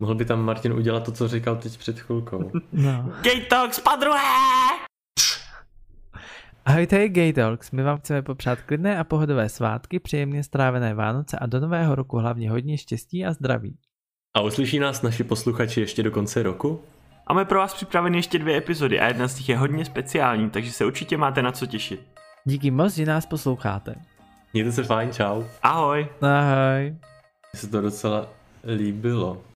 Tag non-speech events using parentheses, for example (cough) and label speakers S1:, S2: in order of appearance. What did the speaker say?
S1: Mohl by tam Martin udělat to, co říkal teď před chvilkou.
S2: No.
S3: Gay Talks podruhé!
S2: (laughs) Ahojte, je Gay Dogs. My vám chceme popřát klidné a pohodové svátky, příjemně strávené Vánoce a do nového roku hlavně hodně štěstí a zdraví.
S1: A uslyší nás naši posluchači ještě do konce roku?
S3: Máme pro vás připraveny ještě dvě epizody a jedna z nich je hodně speciální, takže se určitě máte na co těšit.
S2: Díky moc, že nás posloucháte.
S1: Mějte se fajn, čau.
S3: Ahoj!
S2: Ahoj.
S1: Mně se to docela líbilo.